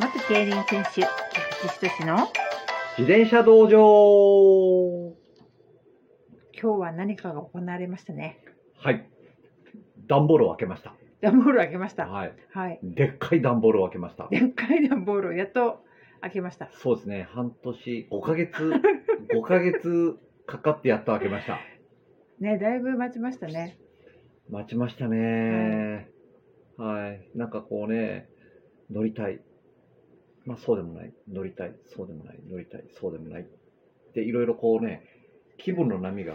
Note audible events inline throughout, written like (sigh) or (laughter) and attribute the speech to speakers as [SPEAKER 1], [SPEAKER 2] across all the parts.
[SPEAKER 1] 元競輪選手、菊池仁の
[SPEAKER 2] 自転車道場
[SPEAKER 1] 今日は何かが行われましたね。
[SPEAKER 2] はい。段ボールを開けました。
[SPEAKER 1] 段ボールを開けました。
[SPEAKER 2] はい。
[SPEAKER 1] はい。
[SPEAKER 2] でっかい段ボールを開けました。
[SPEAKER 1] でっかい段ボールをやっと開けました。
[SPEAKER 2] そうですね。半年、5ヶ月、5ヶ (laughs) 月かかってやっと開けました。
[SPEAKER 1] ね、だいぶ待ちましたね。
[SPEAKER 2] 待ちましたね、はい。なんかこうね、乗りたい。まあそうでもない。乗りたい。そうでもない。乗りたい。そうでもない。で、いろいろこうね、気分の波が。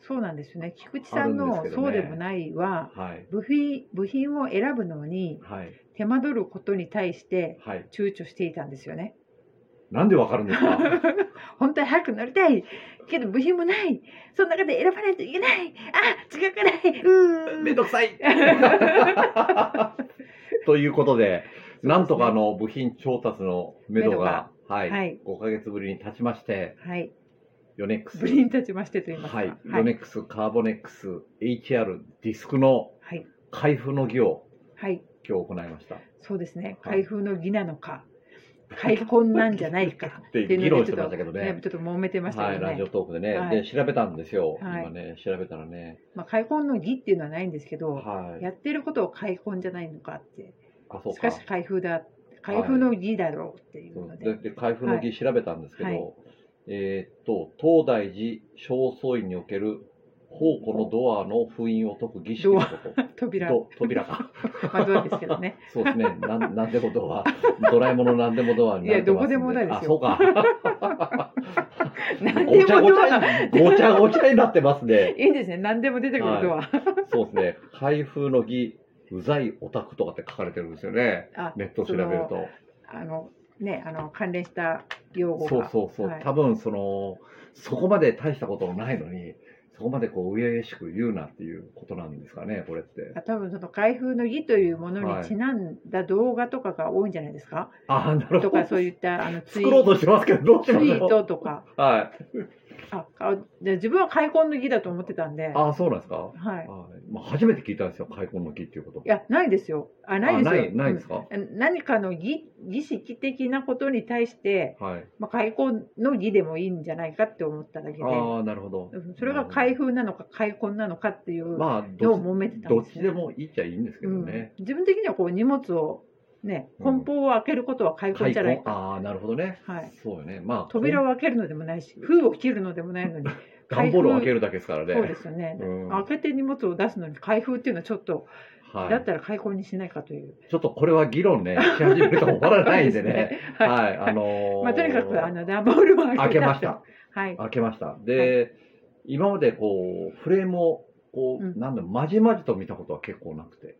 [SPEAKER 1] そうなんですよね。菊池さん
[SPEAKER 2] あるん
[SPEAKER 1] の
[SPEAKER 2] ですけど
[SPEAKER 1] そ
[SPEAKER 2] ね
[SPEAKER 1] うでもないは、
[SPEAKER 2] はい。
[SPEAKER 1] 部品部品を選ぶのに
[SPEAKER 2] はい。
[SPEAKER 1] 手間取ることに対して
[SPEAKER 2] はい。
[SPEAKER 1] 躊躇していたんですよね。
[SPEAKER 2] なんでわかるんですか
[SPEAKER 1] 本当は早く乗りたいけど部品もないその中で選ばないといけないあ時間がな (laughs) いうーん
[SPEAKER 2] めんどくさい (laughs) ということで、なんとかあの部品調達のめどが、はい、
[SPEAKER 1] はい
[SPEAKER 2] 5ヶ月ぶりに立ちまして、
[SPEAKER 1] はい
[SPEAKER 2] ヨネックス、
[SPEAKER 1] 部品立ちましてと言いますか
[SPEAKER 2] はい、
[SPEAKER 1] は
[SPEAKER 2] ヨネ
[SPEAKER 1] い
[SPEAKER 2] ックス、カーボネックス、HR、ディスクの
[SPEAKER 1] はい、
[SPEAKER 2] 開封の儀を
[SPEAKER 1] はい、
[SPEAKER 2] 今日行いました。
[SPEAKER 1] そうですね
[SPEAKER 2] はい
[SPEAKER 1] 開封の儀なのか開墾なんじゃないか
[SPEAKER 2] (laughs) って
[SPEAKER 1] ってい
[SPEAKER 2] 議
[SPEAKER 1] うので
[SPEAKER 2] 論し
[SPEAKER 1] ちょ
[SPEAKER 2] てま
[SPEAKER 1] っ
[SPEAKER 2] した
[SPEAKER 1] と
[SPEAKER 2] けど
[SPEAKER 1] ね
[SPEAKER 2] ね。
[SPEAKER 1] ちょっと揉めてました
[SPEAKER 2] は
[SPEAKER 1] よ
[SPEAKER 2] い、ラジ
[SPEAKER 1] ね
[SPEAKER 2] オトークでね、
[SPEAKER 1] はい
[SPEAKER 2] で調べたんですよ、
[SPEAKER 1] はい
[SPEAKER 2] 今ね、調べたらね、
[SPEAKER 1] まあ開墾の儀っていうのはないんですけど
[SPEAKER 2] はい、
[SPEAKER 1] やってることを開墾じゃないのかって
[SPEAKER 2] あ、そう
[SPEAKER 1] し
[SPEAKER 2] か
[SPEAKER 1] かし、開封だ開封の儀だろうっていうので、
[SPEAKER 2] でで開封の儀調べたんですけど、
[SPEAKER 1] はい
[SPEAKER 2] えーっと東大寺正倉院における宝庫のドアの封印を解く儀式のこと
[SPEAKER 1] 扉
[SPEAKER 2] と扉か
[SPEAKER 1] まあドアですけど
[SPEAKER 2] (laughs)
[SPEAKER 1] ね
[SPEAKER 2] そうですねなんなんでもド
[SPEAKER 1] (laughs)
[SPEAKER 2] アドラえもんのなんでもドアになってますん
[SPEAKER 1] いやどこでもドアですよ
[SPEAKER 2] あそうか
[SPEAKER 1] 何
[SPEAKER 2] ご
[SPEAKER 1] で
[SPEAKER 2] ちゃ
[SPEAKER 1] も
[SPEAKER 2] ご
[SPEAKER 1] ド
[SPEAKER 2] ち
[SPEAKER 1] ア
[SPEAKER 2] ゃ
[SPEAKER 1] (laughs)
[SPEAKER 2] にごちゃごちゃになってますね
[SPEAKER 1] いいんですね何でも出てくるドア、
[SPEAKER 2] そうですね開封の儀うざいオタクとかって書かれてるんですよね
[SPEAKER 1] あ
[SPEAKER 2] ネット調べると
[SPEAKER 1] あのねあの関連した用語
[SPEAKER 2] そう
[SPEAKER 1] が
[SPEAKER 2] そうそう、
[SPEAKER 1] はい
[SPEAKER 2] 多分そのそこまで大したこともないのにそこまでこううやしく言うなっていうことなんですかねこれって
[SPEAKER 1] あ多分その開封の儀というもの
[SPEAKER 2] は
[SPEAKER 1] に
[SPEAKER 2] い
[SPEAKER 1] ちなんだ動画とかが多いんじゃないですか、
[SPEAKER 2] ああなる
[SPEAKER 1] と
[SPEAKER 2] ほ
[SPEAKER 1] か
[SPEAKER 2] ど
[SPEAKER 1] そういった
[SPEAKER 2] (laughs)
[SPEAKER 1] あのツイ
[SPEAKER 2] 作ろうとしてますけどどうし
[SPEAKER 1] ツイ
[SPEAKER 2] まし
[SPEAKER 1] ー
[SPEAKER 2] ょ
[SPEAKER 1] トとか
[SPEAKER 2] うはい
[SPEAKER 1] ああで自分は開墾の儀だと思ってたんで、は、
[SPEAKER 2] ああそうなんですか、はいまあ、初めて聞いたんですよ開墾の木っていうこと
[SPEAKER 1] いやないですよあないですよ
[SPEAKER 2] あないないですか、
[SPEAKER 1] うん何かの儀儀式的なことに対して、
[SPEAKER 2] はい
[SPEAKER 1] まあ、開墾の儀でもいいんじゃないかって思っただけで
[SPEAKER 2] ああなるほど
[SPEAKER 1] うんそれが開封なのか開墾なのかっていう
[SPEAKER 2] まあ
[SPEAKER 1] どう
[SPEAKER 2] ど
[SPEAKER 1] 揉
[SPEAKER 2] っ
[SPEAKER 1] めてたん
[SPEAKER 2] ど
[SPEAKER 1] で
[SPEAKER 2] っ
[SPEAKER 1] す
[SPEAKER 2] ち
[SPEAKER 1] ね
[SPEAKER 2] でもいいっちゃいいんですけどね、
[SPEAKER 1] うん、自分的にはこう荷物をね
[SPEAKER 2] うん
[SPEAKER 1] 梱包を開けることは開墾
[SPEAKER 2] 開
[SPEAKER 1] じゃない
[SPEAKER 2] 墾
[SPEAKER 1] か、
[SPEAKER 2] ああなるほどね
[SPEAKER 1] はい、
[SPEAKER 2] そうよねまあ
[SPEAKER 1] 扉を開けるのでもないし封を切るのでもないのに
[SPEAKER 2] 段ボールを開けるだけですからね
[SPEAKER 1] そうですよね、
[SPEAKER 2] うん
[SPEAKER 1] 開けて荷物を出すのに開封っていうのはちょっと、
[SPEAKER 2] はい
[SPEAKER 1] だったら開墾にしないかという
[SPEAKER 2] ちょっとこれは議論ね、し始めると終わらないんで
[SPEAKER 1] (laughs) そう
[SPEAKER 2] ね。
[SPEAKER 1] はい
[SPEAKER 2] はい、あのー
[SPEAKER 1] まあ、とにかくあの段ボールを開け
[SPEAKER 2] 開けました。
[SPEAKER 1] はい
[SPEAKER 2] 開けました。で、今までこう、フレームを、こう、
[SPEAKER 1] うん
[SPEAKER 2] なんだろう、まじまじと見たことは結構なくて。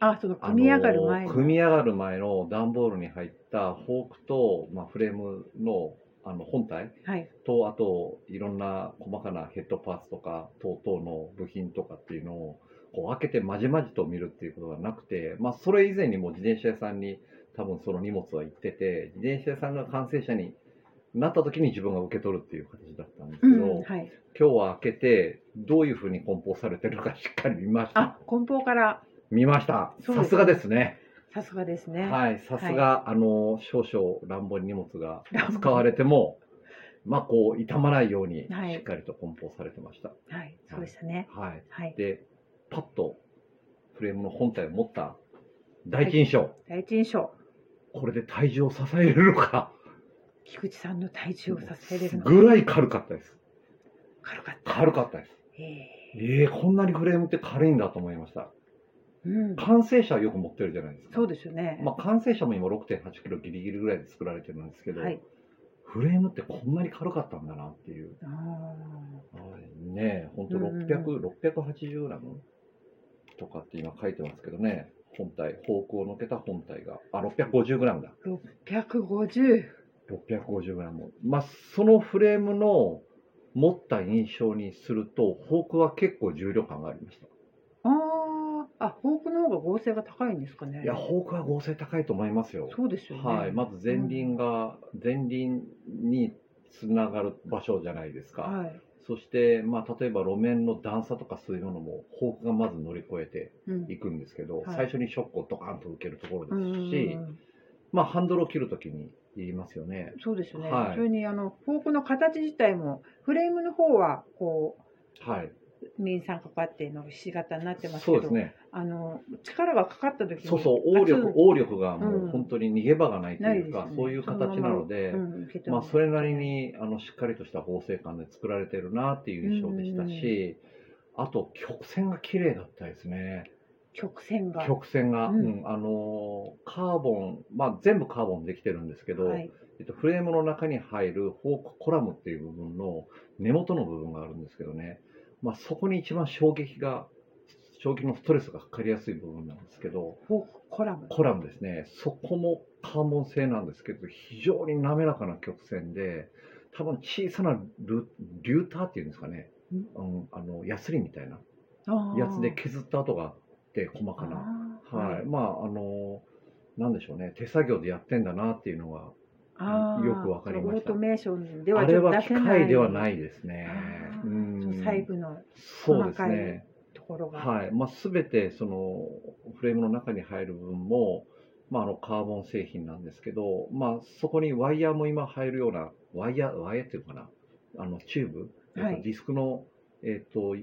[SPEAKER 1] あその
[SPEAKER 2] あのー
[SPEAKER 1] 組み上がる前の、
[SPEAKER 2] 組み上がる前の段ボールに入ったフォークと、まあ、フレームの、あの、本体
[SPEAKER 1] はい
[SPEAKER 2] と、あと、いろんな細かなヘッドパーツとか、等々の部品とかっていうのを、こう開けてまじまじと見るっていうことがなくて、まあ、それ以前にもう自転車屋さんに、多分その荷物は行ってて、自転車屋さんが完成者になった時に自分が受け取るっていう形だったんですけ
[SPEAKER 1] う
[SPEAKER 2] ど、
[SPEAKER 1] んはい、
[SPEAKER 2] 今日は開けて、どういうふうに梱包されてるのかしっかり見まし
[SPEAKER 1] あ
[SPEAKER 2] た。
[SPEAKER 1] 梱包から
[SPEAKER 2] 見ました。
[SPEAKER 1] そうです
[SPEAKER 2] さすがですね。
[SPEAKER 1] さすがですね、
[SPEAKER 2] はい、さすが、あの、少々乱暴に荷物が使われても、まあ、こう、傷まないように、し
[SPEAKER 1] はい
[SPEAKER 2] っかりと梱包されてました。
[SPEAKER 1] はい、そうでしたね
[SPEAKER 2] はい。
[SPEAKER 1] はい
[SPEAKER 2] で、パッと、フレームの本体を持った、第一印象、
[SPEAKER 1] 第一印象
[SPEAKER 2] これで体重を支えれるのか、
[SPEAKER 1] 菊池さんの体重を支えれるのが
[SPEAKER 2] ぐらい軽かったです。
[SPEAKER 1] 軽かった、
[SPEAKER 2] 軽かったです。
[SPEAKER 1] え
[SPEAKER 2] ええこんなにフレームって軽いんだと思いました。
[SPEAKER 1] ーうん、
[SPEAKER 2] 完成車はよく持ってるじゃないですか。
[SPEAKER 1] そうですよね、
[SPEAKER 2] まあ、完成車も今6.8キロギリギリぐらいで作られてるんですけど、
[SPEAKER 1] はい
[SPEAKER 2] フレームってこんなに軽かったんだなっていう。
[SPEAKER 1] あ
[SPEAKER 2] はい、ねえ、本当
[SPEAKER 1] うんうんう
[SPEAKER 2] 600、680グラムとかって今書いてますけどね、本体、方向をのけた本体が、あ、650グラムだ。
[SPEAKER 1] ー650
[SPEAKER 2] 650グラム。まあ、そのフレームの持った印象にすると、方向は結構重量感がありました。
[SPEAKER 1] あーあフォークの方が剛性が高いんですかね
[SPEAKER 2] いや、方向は合成高いと思いますよ。
[SPEAKER 1] そうですよね
[SPEAKER 2] はい、まず前輪が、前輪につながる場所じゃないですか。
[SPEAKER 1] はい
[SPEAKER 2] そして、まあ、例えば路面の段差とかそういうものも、フォークがまず乗り越えて
[SPEAKER 1] うん
[SPEAKER 2] いくんですけど、
[SPEAKER 1] はい
[SPEAKER 2] 最初にショックをドカンと受けるところ
[SPEAKER 1] う
[SPEAKER 2] で
[SPEAKER 1] ん
[SPEAKER 2] す
[SPEAKER 1] うん
[SPEAKER 2] し、
[SPEAKER 1] うん
[SPEAKER 2] まあ、ハンドルを切るときに言いますよね。
[SPEAKER 1] そうですね、
[SPEAKER 2] はい
[SPEAKER 1] それにあのフォークの形自体もフレームの方はこ
[SPEAKER 2] はい、
[SPEAKER 1] う面三角あってのひし形になってますけ
[SPEAKER 2] そ
[SPEAKER 1] ど
[SPEAKER 2] うですね。
[SPEAKER 1] あの力がかかった時に
[SPEAKER 2] そうそう、
[SPEAKER 1] ガ
[SPEAKER 2] 応
[SPEAKER 1] ツン
[SPEAKER 2] 力、応力がも
[SPEAKER 1] うん
[SPEAKER 2] う本当に逃げ場がないと
[SPEAKER 1] ない
[SPEAKER 2] い
[SPEAKER 1] です
[SPEAKER 2] う
[SPEAKER 1] よ
[SPEAKER 2] か、
[SPEAKER 1] ね
[SPEAKER 2] そういう形なので、
[SPEAKER 1] うん受け止め
[SPEAKER 2] まあ、それなりにあのしっかりとした縫製感で作られてるなっていう印象でしたし、あと曲線が綺麗だったですね。
[SPEAKER 1] 曲線が
[SPEAKER 2] 曲線が、
[SPEAKER 1] う
[SPEAKER 2] うんんあのーカーボン、まあ、全部カーボンできてるんですけど、
[SPEAKER 1] はい、
[SPEAKER 2] えっと、フレームの中に入るフォークコラムっていう部分の根元の部分があるんですけどね、まあ、そこに一番衝撃が衝撃のストレスがかかりやすい部分なんですけど
[SPEAKER 1] フォークコラム
[SPEAKER 2] コラムですねそこもカーボン製なんですけど非常に滑らかな曲線で多分小さなルリューターっていうんですかね、うん、あのヤスリみたいなやつで削った跡があって細かな。
[SPEAKER 1] あー
[SPEAKER 2] はい、まああのなんでしょうね手作業でやってんだなっていうのは
[SPEAKER 1] あー
[SPEAKER 2] よくわかりました
[SPEAKER 1] オートメーションで
[SPEAKER 2] あ
[SPEAKER 1] は。
[SPEAKER 2] れは機械ではいないですね
[SPEAKER 1] あ。ー
[SPEAKER 2] うん
[SPEAKER 1] 細部の
[SPEAKER 2] そうですね。
[SPEAKER 1] ところが、
[SPEAKER 2] はい、まあすべてそのフレームの中に入る部分もまああのカーボン製品なんですけど、まあそこにワイヤーも今入るようなワイヤーワイヤーっていうのかなあのチューブ、
[SPEAKER 1] はい
[SPEAKER 2] えっとディスクのえっと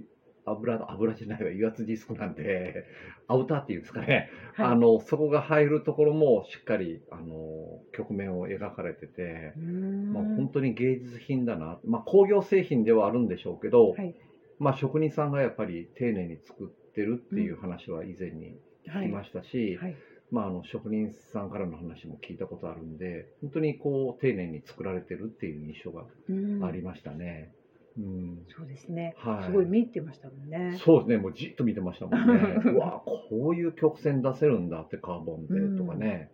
[SPEAKER 2] 油油じゃないわ油圧ディスクなんで (laughs) アウターっていうんですかね。
[SPEAKER 1] はい
[SPEAKER 2] あのそこが入るところもしっかりあの曲面を描かれてて。
[SPEAKER 1] うーん
[SPEAKER 2] まあ、本当に芸術品だな、まあ、工業製品ではあるんでしょうけど、
[SPEAKER 1] はい
[SPEAKER 2] まあ、職人さんがやっぱり丁寧に作ってるっていう話は以前に
[SPEAKER 1] は
[SPEAKER 2] 聞き
[SPEAKER 1] い
[SPEAKER 2] ましたし、
[SPEAKER 1] はい
[SPEAKER 2] まあ、あの職人さんからの話も聞いたことあるんで本当にこう丁寧に作られてるっていう印象が
[SPEAKER 1] うん
[SPEAKER 2] ありましたね。うん
[SPEAKER 1] そうですね、
[SPEAKER 2] はい、
[SPEAKER 1] すごい見入ってましたもんね
[SPEAKER 2] そうですね、もうじっと見てましたもん
[SPEAKER 1] (laughs)
[SPEAKER 2] ね。うわこういう曲線出せるんだってカーボン
[SPEAKER 1] うん
[SPEAKER 2] でとかね、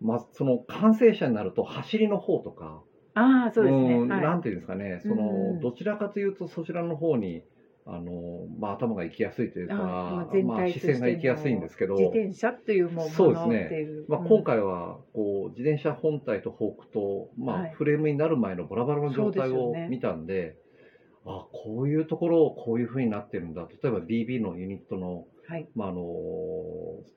[SPEAKER 2] まあその完成車になると走りの方とか、
[SPEAKER 1] ああそうですね、
[SPEAKER 2] うん
[SPEAKER 1] はい
[SPEAKER 2] なんていうんですかね、そ
[SPEAKER 1] うんうん
[SPEAKER 2] のどちらかというとそちらの方にあのまあ頭が行きやすいというか、
[SPEAKER 1] あまあ
[SPEAKER 2] ま
[SPEAKER 1] 全体
[SPEAKER 2] あ視線が行きやすいんですけど、
[SPEAKER 1] 自転車というも
[SPEAKER 2] そうで
[SPEAKER 1] の
[SPEAKER 2] す
[SPEAKER 1] って
[SPEAKER 2] ね
[SPEAKER 1] いう
[SPEAKER 2] まあ
[SPEAKER 1] うん
[SPEAKER 2] 今回はこう自転車本体とフォークとま
[SPEAKER 1] は
[SPEAKER 2] あ
[SPEAKER 1] い
[SPEAKER 2] フレームになる前のバラバラの状態
[SPEAKER 1] そうで
[SPEAKER 2] を
[SPEAKER 1] すよね
[SPEAKER 2] 見たんで、あこういうところをこういう風になってるんだ。例えば DB のユニットの
[SPEAKER 1] はい
[SPEAKER 2] まあ、あの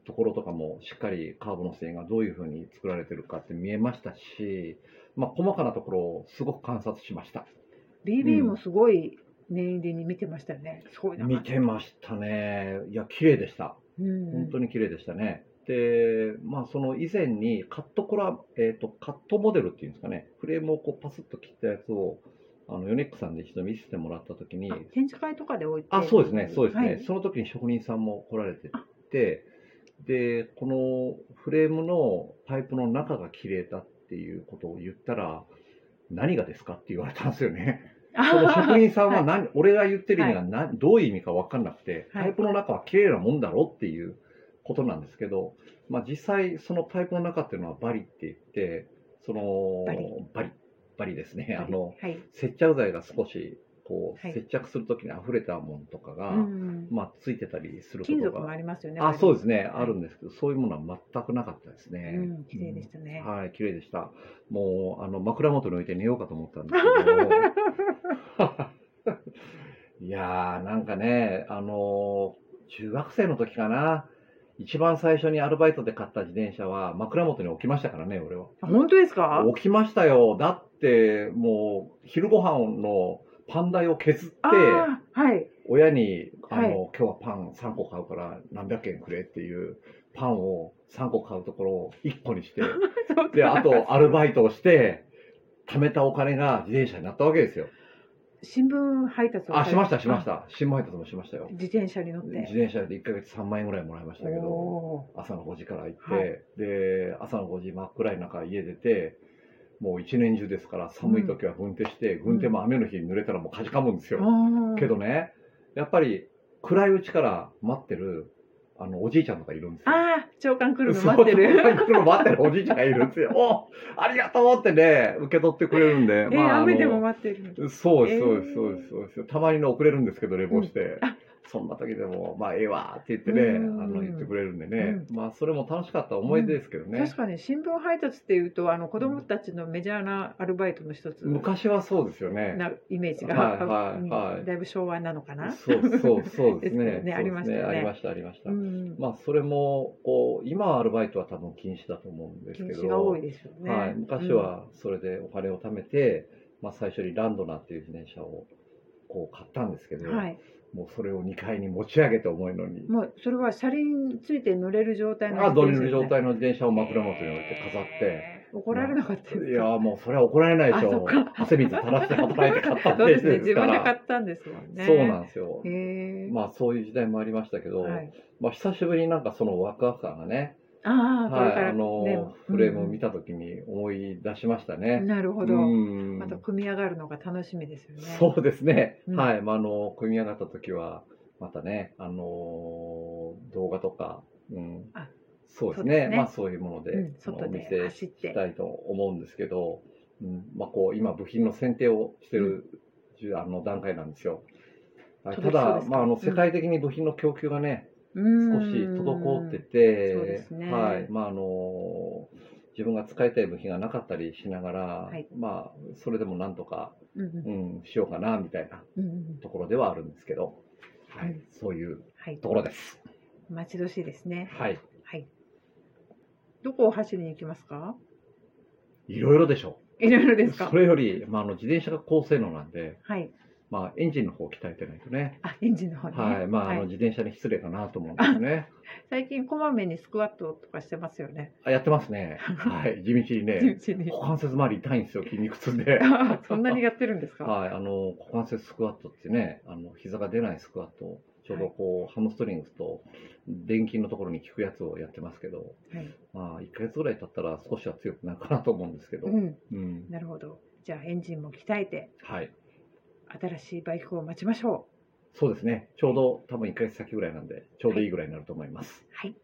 [SPEAKER 2] ところとかもしっかりカーブの線がどういうふうに作られてるかって見えましたし、まあ、細かなところをすごく観察しました
[SPEAKER 1] BB もすごい念入りに見てましたよね、すごいな
[SPEAKER 2] 見てましたねいや綺麗でした
[SPEAKER 1] うん
[SPEAKER 2] 本当に綺麗でしたね、で、まあ、その以前にカットコラ、えー、とカットモデルっていうんですかねフレームをこうパスッと切ったやつをあのヨネックさんで一度見せてもらった時に
[SPEAKER 1] あ展示会とかで置いて
[SPEAKER 2] あそうですね、そうですね、
[SPEAKER 1] はい
[SPEAKER 2] その時に職人さんも来られてて、で、このフレームのパイプの中が綺麗だっていうことを言ったら、何がですかって言われたんですよね。その
[SPEAKER 1] (laughs)
[SPEAKER 2] 職人さんは何、俺が言ってる意味が何、どういう意味か分かんなくて、
[SPEAKER 1] はい
[SPEAKER 2] パイプの中は綺麗なもんだろっていうことなんですけど、まあ、実際、そのパイプの中っていうのはバリって言って、その
[SPEAKER 1] バリ
[SPEAKER 2] バリバリですね。
[SPEAKER 1] はい
[SPEAKER 2] あの
[SPEAKER 1] はい
[SPEAKER 2] 接着剤が少しこう、
[SPEAKER 1] はい
[SPEAKER 2] 接着するときに溢れたものとかが、
[SPEAKER 1] うん
[SPEAKER 2] まあ、ついてたりするこ
[SPEAKER 1] 金
[SPEAKER 2] と
[SPEAKER 1] 属も
[SPEAKER 2] が
[SPEAKER 1] ありますよね
[SPEAKER 2] あそうですすね、あるんですけどそういうものは全くなかったですね、
[SPEAKER 1] うん綺麗でしたね、
[SPEAKER 2] うんはい綺麗でしたもうあの枕元に置いて寝ようかと思ったんですけど (laughs) いやーなんかねあのー中学生の時かな一番最初にアルバイトで買った自転車は枕元に置きましたからね俺は
[SPEAKER 1] あ本当ですか
[SPEAKER 2] 起きましたよ。だって、もう、昼ご飯のパン代を削って、
[SPEAKER 1] あーはい
[SPEAKER 2] 親に、あの、
[SPEAKER 1] はい
[SPEAKER 2] 今日はパン3個買うから何百円くれっていう、パンを3個買うところを1個にして、
[SPEAKER 1] そう
[SPEAKER 2] で、あと、アルバイトをして、貯めたお金が自転車になったわけですよ。
[SPEAKER 1] (laughs) 新聞配達を
[SPEAKER 2] あ、しました、しましたた。新米配達もしましたよ。
[SPEAKER 1] 自転車に乗っ
[SPEAKER 2] 自
[SPEAKER 1] て
[SPEAKER 2] 転車で1ヶ月3万円ぐらいもらいましたけど。
[SPEAKER 1] お
[SPEAKER 2] 朝の5時から行って、
[SPEAKER 1] はい
[SPEAKER 2] で朝の5時真っ暗い中家出てもう一年中ですから寒い時は軍手して、
[SPEAKER 1] ん
[SPEAKER 2] 軍手も雨の日に濡れたらもうかじかむんです
[SPEAKER 1] ー
[SPEAKER 2] よ、
[SPEAKER 1] あー
[SPEAKER 2] けどねやっぱり暗いうちから待ってるあのおじいちゃんとかいるんですよ
[SPEAKER 1] ああ長官来るの待ってる
[SPEAKER 2] そう来るの待ってるおじいちゃんがいるんですよ。おありがとうってね、受け取ってくれるんで。
[SPEAKER 1] (laughs) えー
[SPEAKER 2] あの
[SPEAKER 1] 雨でも待ってる
[SPEAKER 2] そうで
[SPEAKER 1] えー
[SPEAKER 2] す、そうです、そうです、そうですよ。たまにね、遅れるんですけど、冷房して。そんな時でも、まあ、ええわって言ってね、
[SPEAKER 1] うん
[SPEAKER 2] あの言ってくれるんでね、まあ、それも楽しかった思い出ですけどね。
[SPEAKER 1] 確かに新聞配達っていうとあの子供たちのメジャーなアルバイトの一つ
[SPEAKER 2] 昔はそうですよね。
[SPEAKER 1] なイメージが、
[SPEAKER 2] はいはいはい
[SPEAKER 1] うんだいぶ昭和なのかな。
[SPEAKER 2] そうそうそうで
[SPEAKER 1] (laughs) です
[SPEAKER 2] す
[SPEAKER 1] よ
[SPEAKER 2] ね。
[SPEAKER 1] ねありましたよね
[SPEAKER 2] そうですありましたありました。
[SPEAKER 1] うん
[SPEAKER 2] まあそれもこう今はアルバイトは多分禁止だと思うんです
[SPEAKER 1] 禁
[SPEAKER 2] けど、
[SPEAKER 1] 止が多いですよね。
[SPEAKER 2] はい、昔はそれでお金を貯めて、まあ最初にランドナーっていう自転車をこう買ったんですけ
[SPEAKER 1] う
[SPEAKER 2] ど、
[SPEAKER 1] ん、はい、
[SPEAKER 2] もうそれを2階に持ち上げて重いのに、
[SPEAKER 1] もうそれは車輪ついて乗れる状態の
[SPEAKER 2] あドリル状
[SPEAKER 1] で
[SPEAKER 2] 態の自転車を枕元に置いて飾って。
[SPEAKER 1] すね怒られなかったですか
[SPEAKER 2] いやーもうそれは怒られないでし
[SPEAKER 1] あそっ
[SPEAKER 2] ょ
[SPEAKER 1] か。
[SPEAKER 2] 汗水垂らして働いて買った
[SPEAKER 1] そう
[SPEAKER 2] って
[SPEAKER 1] ですね
[SPEAKER 2] で
[SPEAKER 1] (laughs)
[SPEAKER 2] す
[SPEAKER 1] 自
[SPEAKER 2] か
[SPEAKER 1] 分で買
[SPEAKER 2] ら。
[SPEAKER 1] ったんですもんね。
[SPEAKER 2] そうなんですよ。
[SPEAKER 1] へえ
[SPEAKER 2] まあそういう時代もありましたけど、
[SPEAKER 1] はい、
[SPEAKER 2] まあ、久しぶりになんかそのワクワク感がね、
[SPEAKER 1] ああこ
[SPEAKER 2] は
[SPEAKER 1] れ
[SPEAKER 2] い、
[SPEAKER 1] から、
[SPEAKER 2] あ
[SPEAKER 1] ね
[SPEAKER 2] のフレームを見た時に思い出しました
[SPEAKER 1] うん
[SPEAKER 2] ね。
[SPEAKER 1] なるほど、
[SPEAKER 2] うん
[SPEAKER 1] また組み上がるのが楽しみですよね。
[SPEAKER 2] そうですね、
[SPEAKER 1] うん
[SPEAKER 2] はい、まあ、あの組み上がった時はまたね、あの動画とか、うん
[SPEAKER 1] あ、
[SPEAKER 2] そうです
[SPEAKER 1] そう
[SPEAKER 2] ね
[SPEAKER 1] ですね
[SPEAKER 2] まあ、そういうもので、
[SPEAKER 1] うん
[SPEAKER 2] その
[SPEAKER 1] 外
[SPEAKER 2] お見
[SPEAKER 1] で
[SPEAKER 2] せ
[SPEAKER 1] 走っ
[SPEAKER 2] してたいと思うんですけど、うんまあ、こう今部品の選定をしてる、あの段階なんですよ。はいた
[SPEAKER 1] 届きそう
[SPEAKER 2] だ
[SPEAKER 1] で、すか
[SPEAKER 2] まあ、あ
[SPEAKER 1] う
[SPEAKER 2] の
[SPEAKER 1] ん
[SPEAKER 2] 世界的に部品の供給がね、
[SPEAKER 1] うん
[SPEAKER 2] 少し滞ってて、
[SPEAKER 1] そうですね
[SPEAKER 2] はいまああの自分が使いたい部品がなかったりしながら、
[SPEAKER 1] い
[SPEAKER 2] まあそれでもなんとか、
[SPEAKER 1] うんうん
[SPEAKER 2] うん、しようかなみたいな
[SPEAKER 1] うんうん、
[SPEAKER 2] ところではあるんですけど、はい
[SPEAKER 1] うん
[SPEAKER 2] そういう
[SPEAKER 1] はい
[SPEAKER 2] ところです。
[SPEAKER 1] 待ち遠しいですね。
[SPEAKER 2] はい、
[SPEAKER 1] はい。どこを走りに行きますか？
[SPEAKER 2] いろいろでしょ
[SPEAKER 1] いろいろ
[SPEAKER 2] う。
[SPEAKER 1] ですか
[SPEAKER 2] そ。れより、まあ、あの自転車が高性能なんで、
[SPEAKER 1] はい。
[SPEAKER 2] まあ、エンジンの方を鍛えてないとね。
[SPEAKER 1] あ、エンジンの方ね。
[SPEAKER 2] はい、まあ、あの
[SPEAKER 1] はい
[SPEAKER 2] 自転車に失礼かなと思うんですよね。
[SPEAKER 1] 最近こまめにスクワットとかしてますよね。
[SPEAKER 2] あ、やってますね。はい、地道にね、
[SPEAKER 1] 地道に
[SPEAKER 2] 股関節周り痛いんですよ、筋肉痛で。
[SPEAKER 1] あ (laughs) そんなにやってるんですか。
[SPEAKER 2] はい、あの股関節スクワットってね、あの膝が出ないスクワットを、ちょうどこう、ハムストリングスと電筋のところに効くやつをやってますけど、
[SPEAKER 1] はい。
[SPEAKER 2] まあ、1ヶ月ぐらい経ったら少しは強くなるかなと思うんですけど、
[SPEAKER 1] うん。
[SPEAKER 2] うん
[SPEAKER 1] なるほど。じゃあエンジンも鍛えて
[SPEAKER 2] はい、
[SPEAKER 1] 新しいバイクを待ちましょう。
[SPEAKER 2] そうですね、ちょうど多分1ヶ月先ぐらいなんで、ちょうどいいぐらいになると思います。
[SPEAKER 1] はい。